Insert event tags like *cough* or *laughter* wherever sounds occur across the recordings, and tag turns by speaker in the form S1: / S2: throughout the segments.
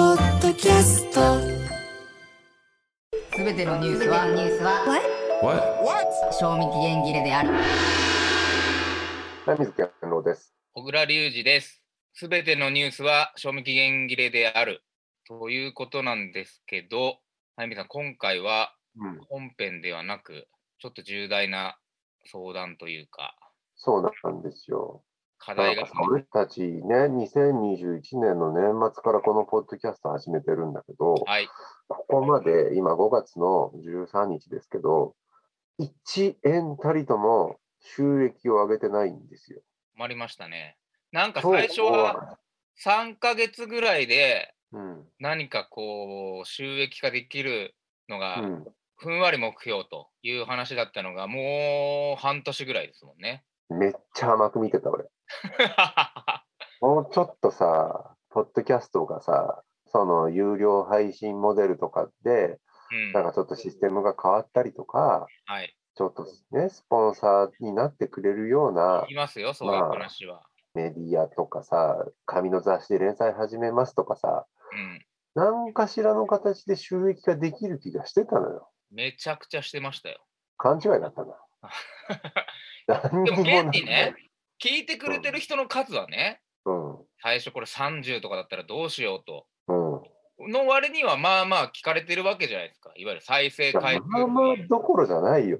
S1: キャスト
S2: すべてのニュースはニュースは
S3: What?
S2: 賞味期限切れである。
S4: ナミズ健郎です。
S5: 小倉隆二です。すべてのニュースは賞味期限切れであるということなんですけど、早見さん、今回は
S4: うん、
S5: 本編ではなく、ちょっと重大な相談というか、
S4: そうなんですよ。
S5: 課
S4: な
S5: 題
S4: ん
S5: が
S4: か、俺たちね、2021年の年末からこのポッドキャスト始めてるんだけど、
S5: はい、
S4: ここまで今5月の13日ですけど、1円たりとも収益を上げてないんですよ。
S5: 困りましたね。なんか最初は3ヶ月ぐらいで
S4: そう、うん、
S5: 何かこう収益化できるのが
S4: うん、
S5: ふんわり目標という話だったのがもう半年ぐらいですもん
S4: *laughs*
S5: ね。
S4: めっちゃ甘く見てた俺。もうちょっとさ、ポッドキャストがさ、その有料配信モデルとかで、
S5: うん
S4: なんかちょっとシステムが変わったりとか、
S5: はい、
S4: ちょっとね、スポンサーになってくれるようない
S5: ますよ、そういう話は。
S4: メディアとかさ、紙の雑誌で連載始めますとかさ、
S5: うん、
S4: 何かしらの形で収益ができる気がしてたのよ。
S5: めちゃくちゃしてまし
S4: *laughs*
S5: たよ。
S4: 勘違いだったな。
S5: *laughs*
S4: 何
S5: で
S4: に
S5: も
S4: も
S5: 現
S4: な
S5: に
S4: い
S5: ね、聞いてくれてる人の数はね、
S4: うん。
S5: 最初これ30とかだったらどうしようと。
S4: うん。
S5: の割にはまあまあ聞かれてるわけじゃないですか。いわゆる再生回数。
S4: まあまあどころじゃないよ。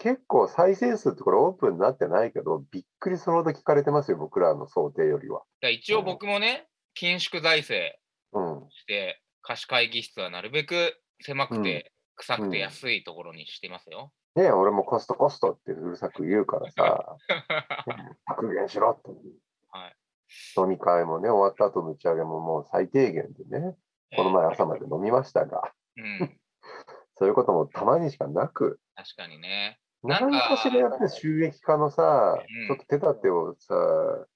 S4: 結構再生数ってこれオープンになってないけど、びっくりするほど聞かれてますよ、僕らの想定よりは。
S5: だから一応僕もね、緊縮財政
S4: うん。
S5: して、貸し会議室はなるべく狭くて、臭く
S4: うん
S5: て安いところにしてますよ。
S4: ねえ俺もコストコストってうるさく言うからさ、
S5: *laughs*
S4: ね削減しろって。
S5: はい
S4: 飲み会もね、終わった後の打ち上げももう最低限でね、この前朝まで飲みましたが、
S5: うん、
S4: そういうこともたまにしかなく、
S5: 確かにね。なん
S4: 何
S5: か
S4: かしらやって収益化のさ、
S5: うん
S4: ちょっと手立てをさ、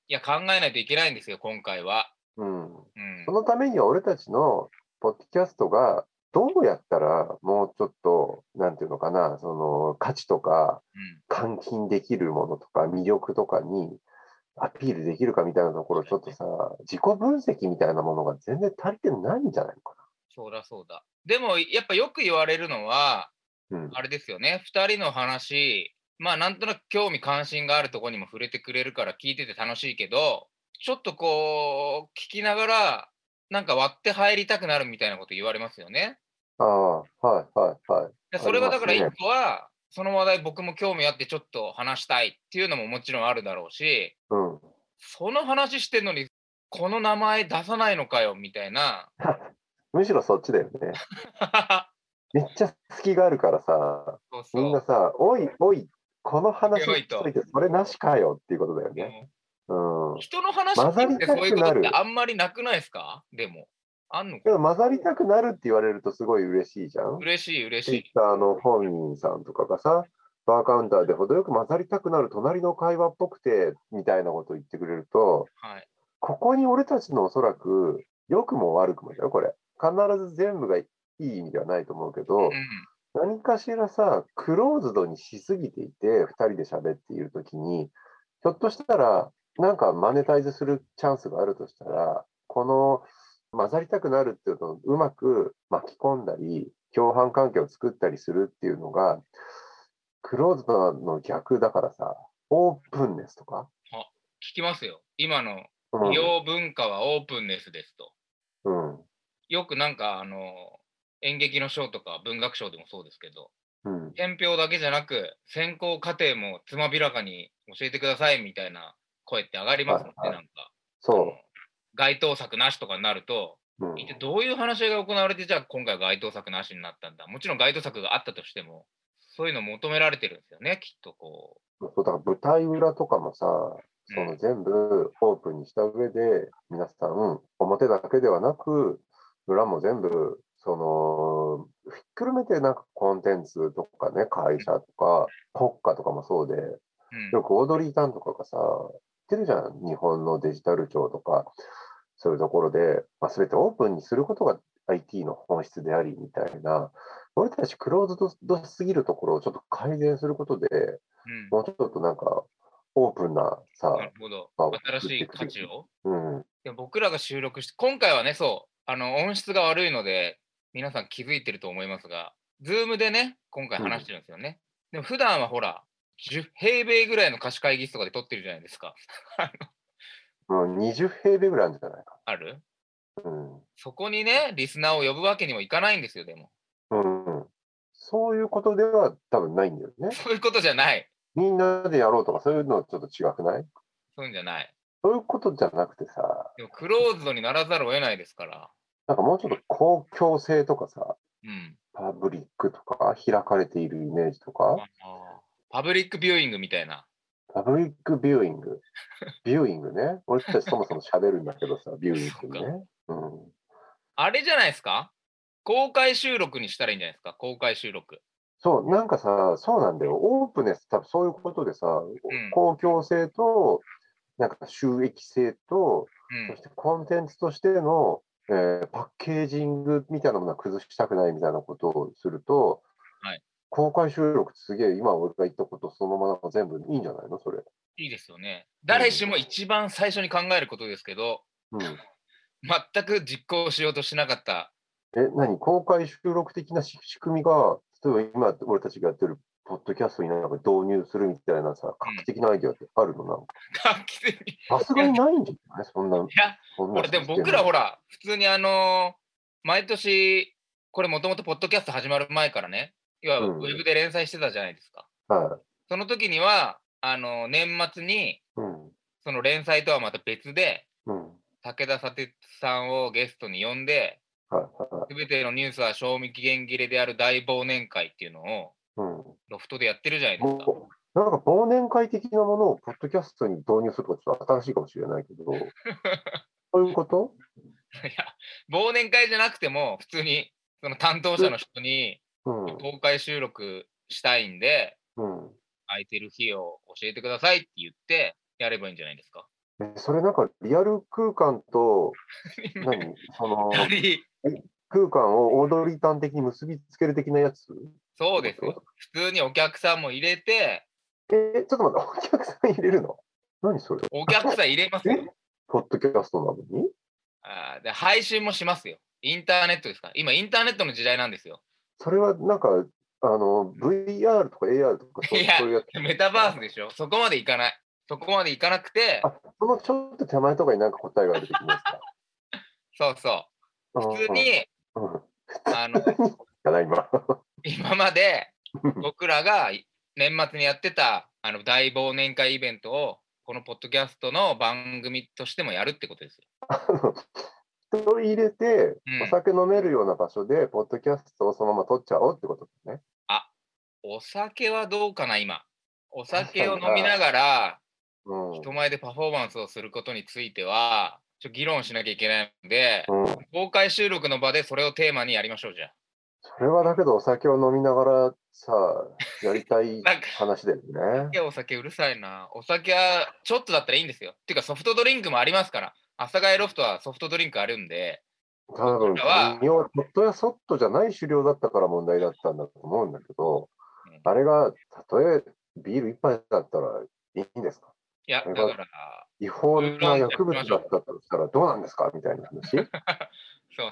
S5: いや、考えないといけないんですよ、今回は。
S4: うん、
S5: うん
S4: そ、のためには俺たちのポッドキャストがどうやったらもうちょっと、なんていうのかな、その価値とか
S5: うん
S4: 換金できるものとか魅力とかにアピールできるかみたいなところ、ちょっとさ、自己分析みたいなものが全然足りてないんじゃないのか
S5: そうだそうだ。でもやっぱよく言われるのは、
S4: な。うん、
S5: あれですよね、2人の話、まあなんとなく興味関心があるところにも触れてくれるから聞いてて楽しいけど、ちょっとこう、聞きながら、なんか割って入りたくなるみたいなこと言われますよね。
S4: ああ、はいはいはい。
S5: でそれがだから
S4: ありますね
S5: 一個は、その話題僕も興味あってちょっと話したいっていうのももちろんあるだろうし、
S4: うん。
S5: その話してんのに、この名前出さないのかよみたいな。 *laughs*
S4: むしろそっちだよね。めっちゃ隙があるからさ、
S5: そうそう
S4: みんなさ、おいおい、この話
S5: おいお
S4: に
S5: いと
S4: ついてそれなしかよっていうことだよね。
S5: もう
S4: うん。
S5: 人の話聞いてそう
S4: 混ざり
S5: いうことって
S4: たくなる
S5: あんまりなくないですかでも。あんの
S4: け
S5: か
S4: ど混ざりたくなるって言われるとすごい嬉しいじゃん。
S5: 嬉しい嬉し
S4: ツイッ
S5: い。
S4: ターの本人さんとかがさ、バーカウンターで程よく混ざりたくなる隣の会話っぽくてみたいなこと言ってくれると、
S5: はい。
S4: ここに俺たちのおそらく良くも悪くもだよ、これ。必ず全部がいい意味ではないと思うけど、
S5: うん。
S4: 何かしらさ、クローズドにしすぎていて、2人で喋っているときに、ひょっとしたら、なんかマネタイズするチャンスがあるとしたら、この混ざりたくなるっていうのをうまく巻き込んだり、共犯関係を作ったりするっていうのが、クローズドの逆だからさ、オープンネスとか。
S5: 聞きますよ。今の
S4: うん
S5: 美容文化はオープンネスですと。
S4: うん
S5: よくなんかあの演劇の賞とか文学賞でもそうですけど、
S4: うん
S5: 選評だけじゃなく選考過程もつまびらかに教えてくださいみたいな声って上がりますもんね、
S4: はいは
S5: なんか。
S4: そ
S5: 該当作なしとかになる
S4: う。うん
S5: と、一体どういう話し合いが行われて、じゃあ今回該当作なしになったんだ。もちろん該当作があったとしても、そういうの求められてるんですよね、きっとこ
S4: そうだから舞台裏とかもさ、
S5: う。
S4: そ
S5: うん
S4: の全部オープンにした上で、皆さん、表だけではなく、裏も全部、その、ひっくるめてなんかコンテンツとかね、会社とか、国家とかもそうで、
S5: うん
S4: よくオードリー・タンとかがさ、言ってるじゃん、日本のデジタル庁とか、そういうところで、まあ、全てオープンにすることが IT の本質でありみたいな、俺たちクローズドすぎるところをちょっと改善することで、
S5: うん
S4: もうちょっとなんか、オープンなさ、
S5: なるほど
S4: あ。
S5: 新しい価値を。
S4: うん、
S5: で僕らが収録して、今回はね、そう、あの音質が悪いので皆さん気づいてると思いますが、Zoom でね、今回話してるんですよね。でも普段はほら、10平米ぐらいの貸し会議室とかで撮ってるじゃないですか。
S4: もう20平米ぐらいあるんじゃないか。
S5: ある
S4: うん。
S5: そこにね、リスナーを呼ぶわけにもいかないんですよ、でも。
S4: うんうん。そういうことでは多分ないんだよね。
S5: そういうことじゃない。
S4: みんなでやろうとかそういうのちょっと違くない
S5: そういうんじゃない。
S4: そういうことじゃなくてさ、
S5: でもクローズドにならざるを得ないですから。
S4: なんかもうちょっと公共性とかさ、
S5: うん。
S4: パブリックとか開かれているイメージと
S5: あ
S4: か、
S5: のパブリックビューイングみたいな。
S4: パブリックビューイング。ビューイングね。俺たちそもそも喋るんだけどさ、 *laughs* ビューイングね。うん。
S5: あれじゃないですか公開収録にしたらいいんじゃないですか公開収録。
S4: そう、なんかさ、そうなんだよ。オープンネス、多分そういうことでさ、
S5: ん
S4: 公共性と、なんか収益性と、
S5: う
S4: そ
S5: ん
S4: してコンテンツとしての、えーパッケージングみたいなものは崩したくないみたいなことをすると、
S5: はい
S4: 公開収録すげえ、今俺が言ったことそのまま全部いいんじゃないのそれ。
S5: いいですよね。誰しも一番最初に考えることですけど、
S4: うん、
S5: 全く実行しようとしなかった。
S4: え、何公開収録的なし仕組みが、例えば今俺たちがやってるポッドキャストになんか導入するみたいなさ、画期的なアイディアってあるのなんか
S5: 画期的にい
S4: さすがにないんじゃないそんな。
S5: や、
S4: そん
S5: ほ
S4: な
S5: らでも僕ら
S4: は。
S5: ほら、普通にあのー毎年、これもともとポッドキャスト始まる前からね、いわゆる
S4: う
S5: ウ
S4: ん
S5: ェブで連載してたじゃないですか。
S4: はい。
S5: その時には、あのー年末に、
S4: うん。
S5: その連載とはまた別で、
S4: うん。
S5: 武田砂鉄さんをゲストに呼んで、
S4: はい。はい。
S5: すべてのニュースは賞味期限切れである大忘年会っていうのを
S4: うん。
S5: ロフトでやってるじゃないですか。
S4: もうなんか忘年会的なものをポッドキャストに導入するとかちょっと新しいかもしれない
S5: *laughs*
S4: けど、そういうこと
S5: いや、忘年会じゃなくても、普通にその担当者の人に
S4: うん。
S5: 公開収録したいんで、
S4: うん。
S5: 空いてる日を教えてくださいって言って、やればいいんじゃないですか。
S4: えそれなんかリアル空間
S5: *laughs*
S4: と、何その空間をオードリータン的に結びつける的なやつ
S5: そうですよ。普通にお客さんも入れて、
S4: え、ちょっと待って、お客さん入れるの何それ
S5: お客さん入れますよ。
S4: ポッドキャストなのに
S5: あーで配信もしますよ。インターネットですから。今、インターネットの時代なんですよ。
S4: それはなんか、あの、VR とか AR とかそう
S5: いや
S4: そういうやつ。
S5: メタバースでしょそこまでいかない。そこまでいかなくて、
S4: あそのちょっと手前とかになんか答えが出てきますか。
S5: そうそう。普通に、
S4: うん。うん
S5: あの、
S4: ただい *laughs* ま。
S5: 今まで僕らが年末にやってたあの大忘年会イベントをこのポッドキャストの番組としてもやるってことですよ。
S4: 人を入れて
S5: うん、
S4: お酒飲めるような場所で、ポッドキャストをそのまま撮っちゃおうってことですね。
S5: お酒はどうかな今。お酒を飲みながら
S4: うん。
S5: 人前でパフォーマンスをすることについてはちょっと議論しなきゃいけないので
S4: うん、
S5: 公開収録の場でそれをテーマにやりましょうじゃあ。
S4: それはだけどお酒を飲みながらさやりたい
S5: *laughs* なんか
S4: 話だよね
S5: い。やお酒うるさいな。お酒はちょっとだったらいいんですよ。っていうかソフトドリンクもありますから。阿佐ヶ谷ロフトはソフトドリンクあるんで。
S4: 多分
S5: 僕らは
S4: 微妙ポットやソットじゃない狩猟だったから問題だったんだと思うんだけど
S5: うん、
S4: あれがたとえビール一杯だったらいいんですか
S5: いや
S4: そ
S5: だ
S4: れ
S5: か
S4: は
S5: ら
S4: 違法な薬物だったとしたらどうなんですかみたいな話。
S5: そう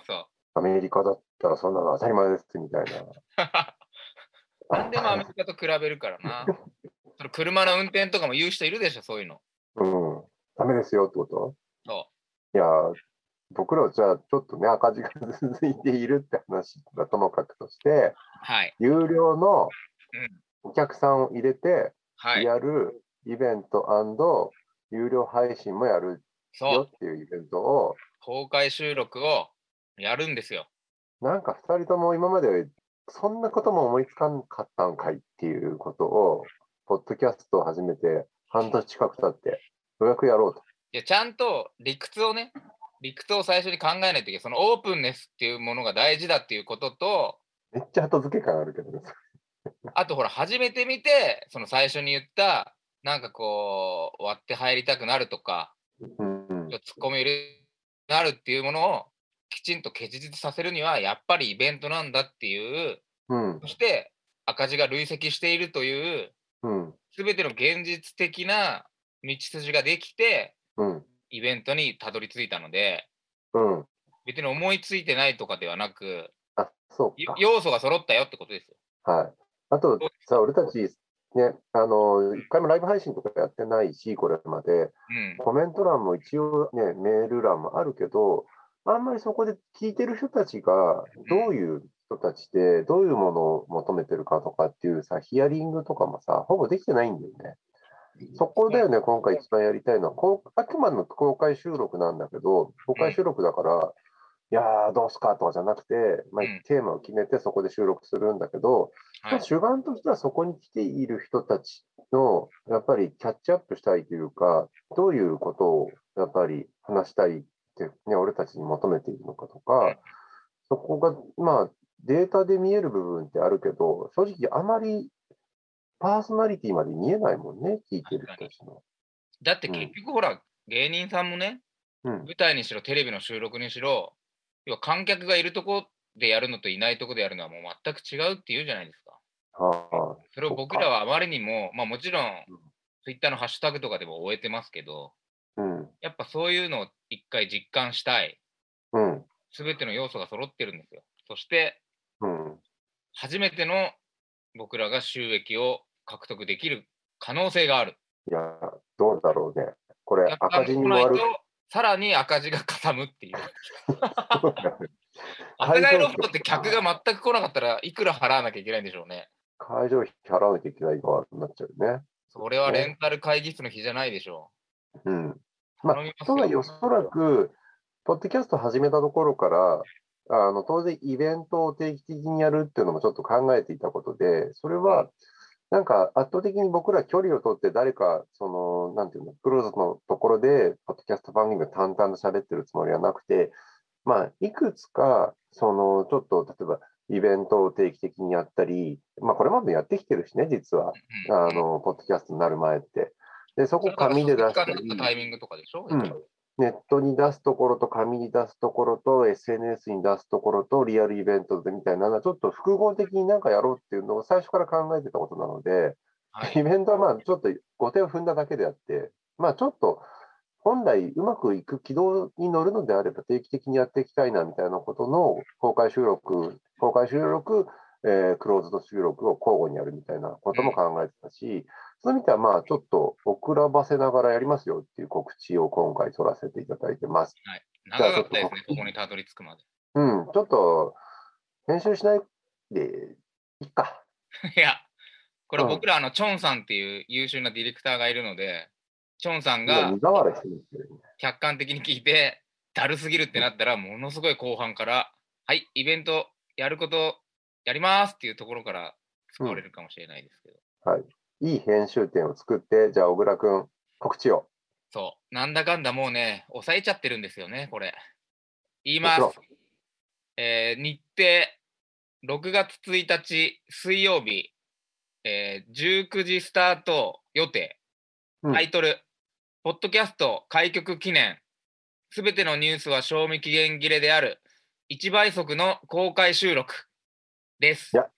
S5: そう。
S4: アメリカだったらそんなの当たり前ですみたいな。
S5: *laughs* なんでもアメリカと比べるからな。その車の運転とかも言う人いるでしょ、そういうの。
S4: うん。ダメですよってこと
S5: そ
S4: いや、僕らはじゃあちょっとね、赤字が続いているって話がともかくとして、
S5: はい。
S4: 有料の
S5: うん
S4: お客さんを入れて
S5: はい。
S4: やるイベント有料配信もやる
S5: そ
S4: よ
S5: う。
S4: っていうイベントを、
S5: 公開収録をやるんですよ。
S4: なんか2人とも今までそんなことも思いつかんかったんかいっていうことを、ポッドキャストを始めて半年近く経って、ようやくやろうと。
S5: いやちゃんと理屈をね、理屈を最初に考えないといけない。そのオープンネスっていうものが大事だっていうことと、
S4: めっちゃ後付け感あるけどね。
S5: あとほら、初めて見て、その最初に言った、なんかこう、割って入りたくなるとか、
S4: うんうん
S5: 突っ込み入れなるっていうものをきちんと結実させるには、やっぱりイベントなんだっていう
S4: うん
S5: そして赤字が累積しているという
S4: うん
S5: 全ての現実的な道筋ができて
S4: うん
S5: イベントにたどり着いたので
S4: うん
S5: 別に思いついてないとかではなく、
S4: あ、そう
S5: よ
S4: か。
S5: 要素が揃ったよってことですよ。
S4: はい。あと
S5: うです
S4: さ、俺たち、ね、あの、一回もライブ配信とかやってないし、これまで、
S5: うん。
S4: コメント欄も一応ね、メール欄もあるけど、あんまりそこで聞いてる人たちが、どういう人たちで、どういうものを求めてるかとかっていうさ、ヒアリングとかもさ、ほぼできてないんだよね。そこだよね、今回一番やりたいのは、こうあくまでも公開収録なんだけど、公開収録だから、いやー、どうすかとかじゃなくて、まあ
S5: うん、
S4: テーマを決めてそこで収録するんだけど、ま
S5: は
S4: あ
S5: い。
S4: 主眼としてはそこに来ている人たちの、やっぱりキャッチアップしたいというか、どういうことをやっぱり話したいって、ね、俺たちに求めているのかと
S5: うん
S4: か、そこが、まあ、データで見える部分ってあるけど、正直あまりパーソナリティまで見えないもんね、聞いてる人たちの。
S5: だって結局ほら、芸人さんもね、
S4: うん、
S5: 舞台にしろ、テレビの収録にしろ、要は観客がいるとこでやるのといないとこでやるのはもう全く違うって言うじゃないですか。
S4: は
S5: それを僕らはあまりにも、まあもちろん、ツイッターのハッシュタグとかでも終えてますけど、
S4: あ、うん、
S5: やっぱそういうのを一回実感したい。
S4: うん、
S5: すべての要素が揃ってるんですよ。そして、
S4: うん、
S5: 初めての僕らが収益を獲得できる可能性がある。
S4: いや、どうだろうね。これ、
S5: 客さん
S4: 赤字に
S5: 来
S4: も
S5: ない
S4: あ
S5: と
S4: る。
S5: さらに赤字がかむっていう。
S4: そうだね
S5: 阿佐ヶ谷ロフトって客が全く来なかったらいくら払わなきゃいけないんでしょうね。
S4: 会場費払わなきゃいけない側になっちゃうね。
S5: それはレンタル会議室の日じゃないでしょ
S4: うん。
S5: う。
S4: まあ
S5: 頼みます
S4: とはいえ、おそらく、ポッドキャスト始めたところから、あの当然、イベントを定期的にやるっていうのもちょっと考えていたことで、それは、なんか圧倒的に僕ら距離を取って、誰か、その、なんていうの、クローズのところで、ポッドキャスト番組を淡々と喋ってるつもりはなくて、まあ、いくつか、その、ちょっと、例えば、イベントを定期的にやったり、まあ、これまでもやってきてるしね、実は、
S5: うん
S4: あの、ポッドキャストになる前って。で、そこ紙で出したり
S5: それが。書籍化になったタイミングとかでしょ、
S4: うんネットに出すところと紙に出すところと SNS に出すところとリアルイベントでみたいなのはちょっと複合的になんかやろうっていうのを最初から考えてたことなので、
S5: はい
S4: イベントはまあちょっと後手を踏んだだけであって、まあちょっと本来うまくいく軌道に乗るのであれば定期的にやっていきたいなみたいなことの公開収録、公開収録、えークローズド収録を交互にやるみたいなことも考えてたし、そういう意味ではまあちょっと遅らばせながらやりますよっていう告知を今回取らせていただいてます。
S5: 長かったで
S4: じゃあちょ
S5: すね
S4: っ、と
S5: ここにたどり着くまで。 *laughs*
S4: うん、ちょっと編集しないでいいか。
S5: いや、これ
S4: うん
S5: 僕ら、あの、チョンさんっていう優秀なディレクターがいるので、チョンさん
S4: 今
S5: が
S4: 苦笑いしてるんですけどね。
S5: 客観的に聞いて、だるすぎるってなったら、ものすごい後半から、はい、イベントやることやりますっていうところから使われるかもしれないですけど、
S4: いい編集点を作って、じゃあ小倉君、告知を。
S5: そう、なんだかんだもうね、抑えちゃってるんですよね、これ。言います
S4: もち。
S5: えー日程、6月1日水曜日、えー19時スタート予定。
S4: うん
S5: タイトル、ポッドキャスト開局記念、すべてのニュースは賞味期限切れである、1倍速の公開収録です。
S4: いや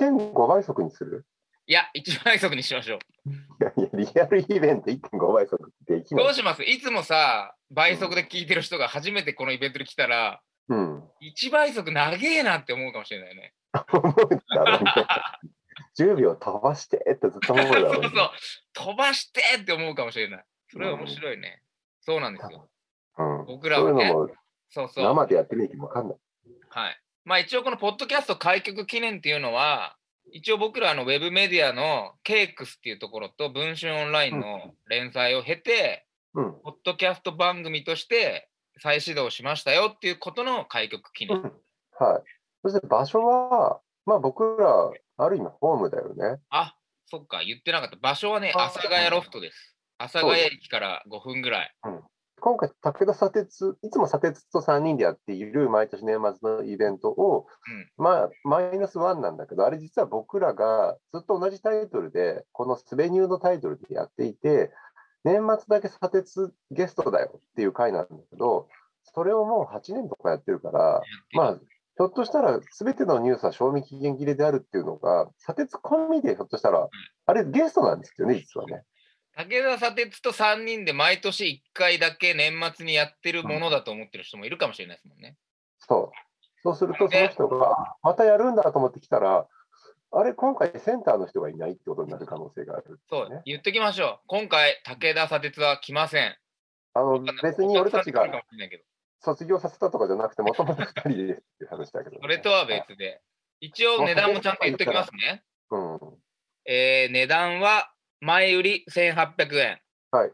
S4: 1.5倍速にする *laughs*
S5: いや、1倍速にしましょう。
S4: いやいや、リアルイベント1.5倍速できな
S5: どう
S4: い。
S5: しますいつもさ、倍速で聞いてる人が初めてこのイベントに来たら、
S4: うん。
S5: 1倍速長えなって思うかもしれないね。
S4: 思うんだろうね。10秒飛ばしてってずっと思うだ
S5: そう
S4: ろ
S5: *laughs* そうう
S4: ね。
S5: 飛ばしてって思うかもしれない。それは面白いね。そうなんですよ。
S4: うん。
S5: 僕らは
S4: そうい
S5: ね
S4: うのも
S5: そうそう。
S4: 生でやってみなきゃ分かんない。
S5: はい。まあ一応このポッドキャスト開局記念っていうのは、一応僕らあのウェブメディアのケイクスっていうところと文春オンラインの連載を経て、
S4: うん。
S5: ポッドキャスト番組として再始動しましたよっていうことの開局記
S4: う
S5: 念。
S4: んはい。そして場所は、まあ僕ら、ある意味ホームだよね。
S5: あ、そっか、言ってなかった。場所はね、
S4: あ
S5: 阿佐ヶ谷ロフトです。阿佐ヶ谷駅から5分ぐらい。
S4: 今回、武田砂鉄、いつも砂鉄と3人でやっている毎年年末のイベントを、まあ、マイナスワンなんだけど、あれ実は僕らがずっと同じタイトルで、このスベニューのタイトルでやっていて、年末だけ砂鉄ゲストだよっていう回なんだけど、それをもう8年とかやってるから、
S5: うん。
S4: まあ、ひょっとしたら、すべてのニュースは賞味期限切れであるっていうのが、砂鉄込みでひょっとしたら、あれゲストなんですよね、実はね。
S5: 武田砂鉄と3人で毎年1回だけ年末にやってるものだと思ってる人もいるかもしれないですもんね。
S4: そう。そうすると、その
S5: で
S4: 人が、またやるんだと思ってきたら、あれ、今回センターの人がいないってことになる可能性がある。
S5: そう、
S4: ね
S5: 言っときましょう。今回、武田砂鉄は来ません。
S4: あの別に俺たち
S5: お客さん来る
S4: が
S5: かもしれないけど
S4: 卒業させたとかじゃなくて、もともと2人でっていう話だけど、ね。
S5: それとは別で。一応、値段もちゃんと言っときます
S4: *laughs*
S5: ね。
S4: うん。
S5: えー値段は、前売り1800円。
S4: はい。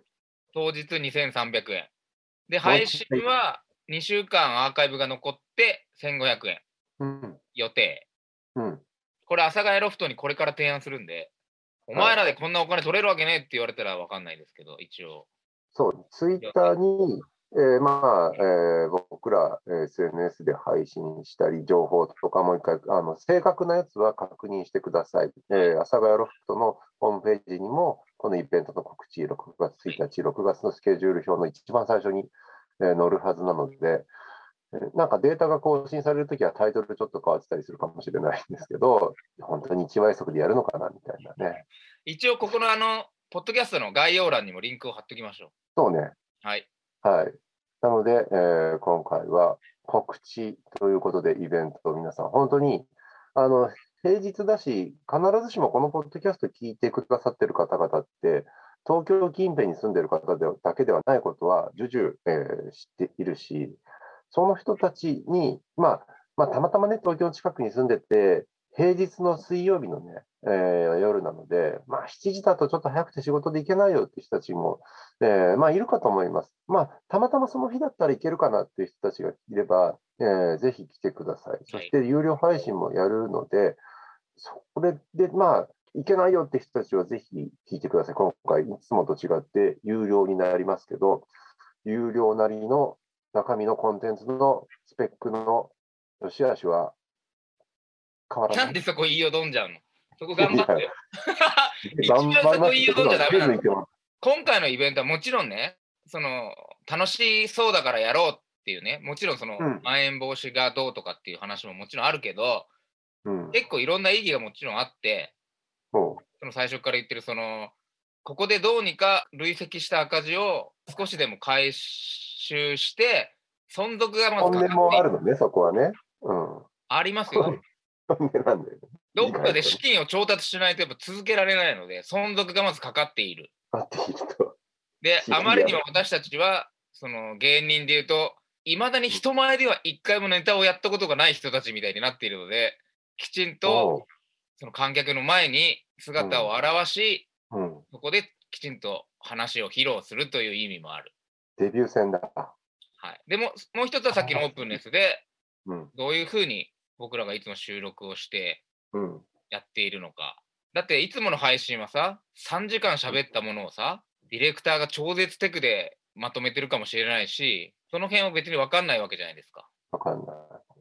S5: 当日2300円。で、配信は2週間アーカイブが残って1500円
S4: うん。
S5: 予定。
S4: うん。
S5: これ、阿佐ヶ谷ロフトにこれから提案するんで、お前らでこんなお金取れるわけねえって言われたらわかんないですけど、一応。
S4: そう、ツイッターに、えーまあ、えー僕ら、えー SNS で配信したり、情報とかもう一回、あの正確なやつは確認してください。えー、阿佐ヶ谷ロフトのホームページにも、このイベントの告知、6月1日、6月のスケジュール表の一番最初に、えー載るはずなので、えーなんかデータが更新されるときはタイトルちょっと変わってたりするかもしれないんですけど、本当に一枚速でやるのかなみたいなね。
S5: 一応、ここのあの、ポッドキャストの概要欄にもリンクを貼っときましょ
S4: そうね、
S5: う。はい。
S4: はい。なので、えー今回は告知ということで、イベントを皆さん、本当にあの平日だし、必ずしもこのポッドキャスト聞いてくださってる方々って、東京近辺に住んでる方でだけではないことは、重々、えー知っているし、その人たちに、まあ、まあ、たまたまね、東京の近くに住んでて、平日の水曜日のね、えー夜なので、まあ、7時だとちょっと早くて仕事で行けないよって人たちもえーまあ、いるかと思います。まあ、たまたまその日だったらいけるかなっていう人たちがいれば、えーぜひ来てください。そして、有料配信もやるので、それで、まあ、いけないよって人たちはぜひ聞いてください。今回、いつもと違って有料になりますけど、有料なりの中身のコンテンツのスペックの良し悪しは変わらない。
S5: なんでそこ言いよどんじゃんのそこ頑張ってよ。一番
S4: 頑張り
S5: そこ
S4: ま
S5: 言い
S4: すけ
S5: よどんじゃダメなの
S4: どま
S5: *laughs* 今回のイベントはもちろんね、その楽しそうだからやろうっていうね、もちろんその、
S4: うん
S5: まん延防止がどうとかっていう話ももちろんあるけど、
S4: うん、
S5: 結構いろんな意義がもちろんあって、
S4: そう
S5: その最初から言ってるその、ここでどうにか累積した赤字を少しでも回収して、存続がまず
S4: 本音
S5: か
S4: もあ
S5: か
S4: る
S5: る
S4: のね、そこはね。うん
S5: ありま
S4: *laughs*
S5: すよ。
S4: 本音なんだよね。
S5: どっかで資金を調達しないとやっぱ続けられないので、存続がまずかかっている。
S4: なっていると。
S5: で、
S4: いや
S5: あまりにも私たちは、その芸人で言うと、いまだに人前では一回もネタをやったことがない人たちみたいになっているので、きちんとその観客の前に姿を現し、
S4: うんうん
S5: そこできちんと話を披露するという意味もある。
S4: デビュー戦だ。
S5: はい、でも、もう一つはさっきのオープンネスで、
S4: うん。
S5: どういうふうに僕らがいつも収録をして
S4: うん。
S5: やっているのか。だって、いつもの配信はさ、3時間喋ったものをさ、ディレクターが超絶テクでまとめてるかもしれないし、その辺は別に分かんないわけじゃないですか。
S4: わかんない。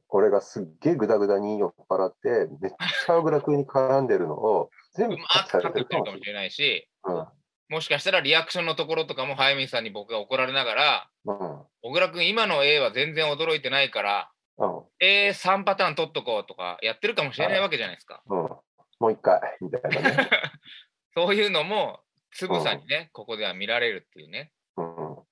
S4: 俺がすっげえグダグダに酔っ払って、めっちゃ小倉君に絡んでるのを全
S5: う
S4: 部
S5: まく書くってるかもしれないし、もしかしたらリアクションのところとかも早見さんに僕が怒られながら、
S4: うん。うん。
S5: 小倉君、今の A は全然驚いてないから、
S4: うん。
S5: A3 パターン取っとこうとかやってるかもしれないわけじゃないですか。
S4: うん。もう一回、みたいなね。
S5: そういうのも、つぶさにね、ここでは見られるっていうね。
S4: うん。
S5: うん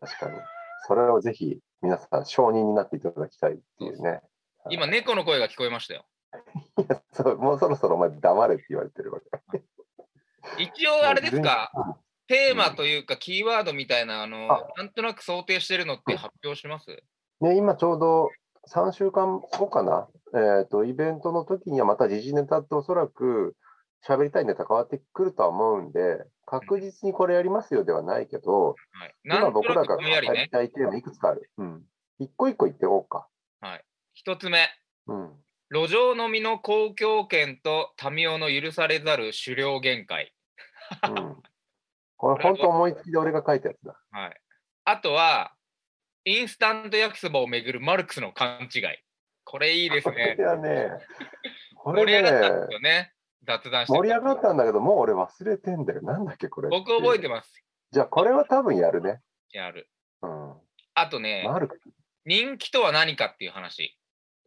S4: 確かに。それをぜひ皆さん、承認になっていただきたいっていうね。 *laughs*
S5: 今、猫の声が聞こえましたよ。
S4: いや、そうもうそろそろお前黙れって言われてるわけ。
S5: 一応、あれですか、
S4: うん
S5: テーマというか、キーワードみたいな、あの
S4: あ、
S5: なんとなく想定してるのって発表します
S4: ね、今ちょうど3週間後かな、えーと、イベントの時にはまた時事ネタっておそらく喋りたいネタ変わってくるとは思うんで、確実にこれやりますよではないけど、
S5: はい。な
S4: 今
S5: んと
S4: 僕ら
S5: なく
S4: が
S5: ぼ
S4: 語
S5: んや
S4: り
S5: りね。
S4: たいテーマいくつかある。うん。一個一個言っておこうか。
S5: 一つ目、 *laughs*
S4: うん。
S5: 路上飲みの公共権と民夫の許されざる狩猟限界。
S4: うん、これ本当思いつきで俺が書いたやつだ。
S5: はい。あとは、インスタント焼きそばをめぐるマルクスの勘違い。これいいです
S4: これ
S5: ね。
S4: はね、 *laughs* こ
S5: 盛り
S4: れ
S5: 上
S4: ね、
S5: がったんですよね。雑談してた
S4: 盛り上がったんだけど、もう俺忘れてんだよ。なんだっけ、これ。
S5: 僕覚えて
S4: ま
S5: ます。
S4: す。じゃあ、これは多分やるね。
S5: やる。
S4: うん。
S5: あとね、
S4: マルク。
S5: 人気とは何かっていう話。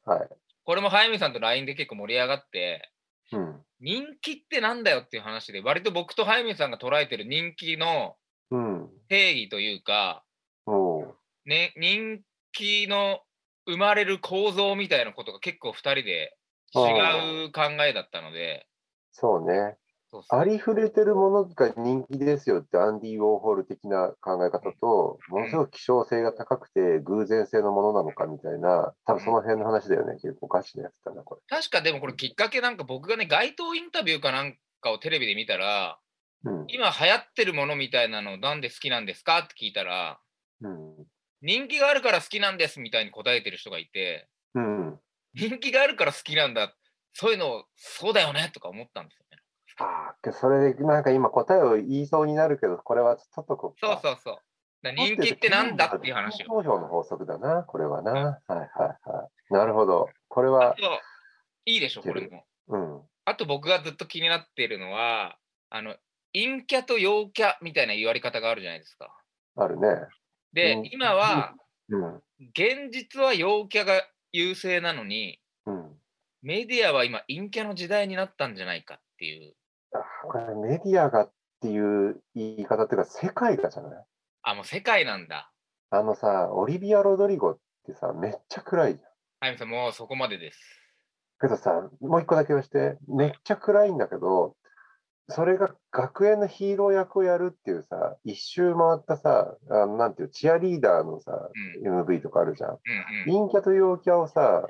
S4: はい。
S5: これも早見さんと LINE で結構盛り上がって、
S4: うん。
S5: 人気ってなんだよっていう話で、割と僕と早見さんが捉えてる人気の
S4: うん。
S5: 定義というか、
S4: おう
S5: ね、人気の生まれる構造みたいなことが結構2人で違う考えだったので、
S4: そうね。
S5: そうそう
S4: ありふれてるものが人気ですよってアンディ・ウォーホル的な考え方と、ものすごく希少性が高くて偶然性のものなのかみたいな、多分その辺の話だよね。結構ガチなやつだな、これ。
S5: 確かでもこれきっかけなんか僕がね街頭インタビューかなんかをテレビで見たら
S4: うん。
S5: 今流行ってるものみたいなのなんで好きなんですかって聞いたら
S4: うん。
S5: 人気があるから好きなんですみたいに答えてる人がいて
S4: うん。
S5: 人気があるから好きなんだそういうのそうだよねとか思ったんですよね。
S4: ああ、それでなんか今答えを言いそうになるけど、これはちょっとこ
S5: そうそうそう。だから人気ってなんだっていう話を。
S4: 投票の法則だな、これはな。はいはいはい。なるほど。これ
S5: あ
S4: は
S5: と、いいでしょこれも。
S4: うん。
S5: あと僕がずっと気になっているのはあの陰キャと陽キャみたいな言われ方があるじゃないですか。
S4: あるね。
S5: で、
S4: うん
S5: 今は
S4: うん。
S5: 現実は陽キャが優勢なのに
S4: うん。
S5: メディアは今陰キャの時代になったんじゃないかっていう
S4: これメディアがっていう言い方っていうか、世界がじゃない
S5: あもう世界なんだ。
S4: あのさ、オリビア・ロドリゴってさ、めっちゃ暗いじゃん。
S5: あゆみさんもうそこまでです。
S4: けどさ、もう一個だけ言わして、めっちゃ暗いんだけど、それが学園のヒーロー役をやるっていうさ、一周回ったさ、あのなんていう、チアリーダーのさ、
S5: うん
S4: MV とかあるじゃん。
S5: うんうん
S4: 陰キャと陽キャをさ、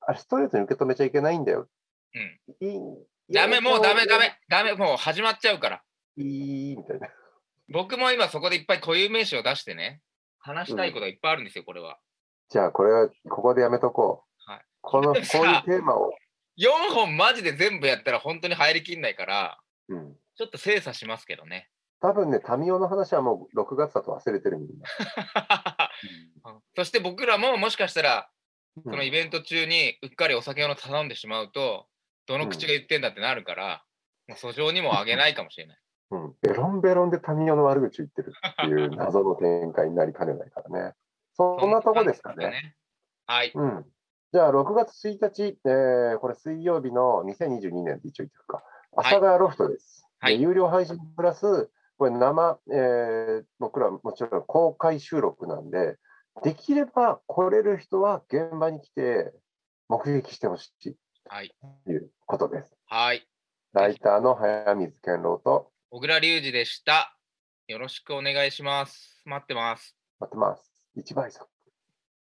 S4: あれストレートに受け止めちゃいけないんだよ。
S5: うん
S4: いい
S5: ダメもうダメダメ。ダメもう始まっちゃうから。
S4: いいみたいな。
S5: 僕も今そこでいっぱい固有名詞を出してね話したいことがいっぱいあるんですよこれは。
S4: じゃあ、これはここでやめとこう。
S5: はい
S4: この、こういうテ
S5: *laughs* さあ
S4: ーマを。
S5: 4本マジで全部やったら本当に入りきんないから
S4: うん
S5: ちょっと精査しますけどね。
S4: 多分ね、民オの話はもう6月だと忘れてるみんな。
S5: *laughs* そして僕らももしかしたらそのイ
S4: ベン
S5: ベント中にうっかりお酒を頼んでしまうとどの口が言ってんだってなるから、もう訴状にもあげないかもしれない。
S4: ト、うんベロンベロンで民オの悪口言ってるっていう謎の展開になりかねない
S5: *laughs*
S4: からね。 *laughs* そんなとこですかね。。
S5: はい。
S4: うん。じゃあ、6月1日、えーこれ水曜日の2022年って一応言っておくか。阿
S5: い
S4: 佐ヶ谷ロフトです。
S5: はい
S4: で有料配信プラス、これ生、えー僕らもちろん公開収録なんで、できれば来れる人は現場に来て目撃してほしい
S5: はい。
S4: ということです。
S5: はい。
S4: ライターの早水健郎と
S5: 小倉隆二でした。よろしくお願いします。待ってます。
S4: 待ってます。一倍速。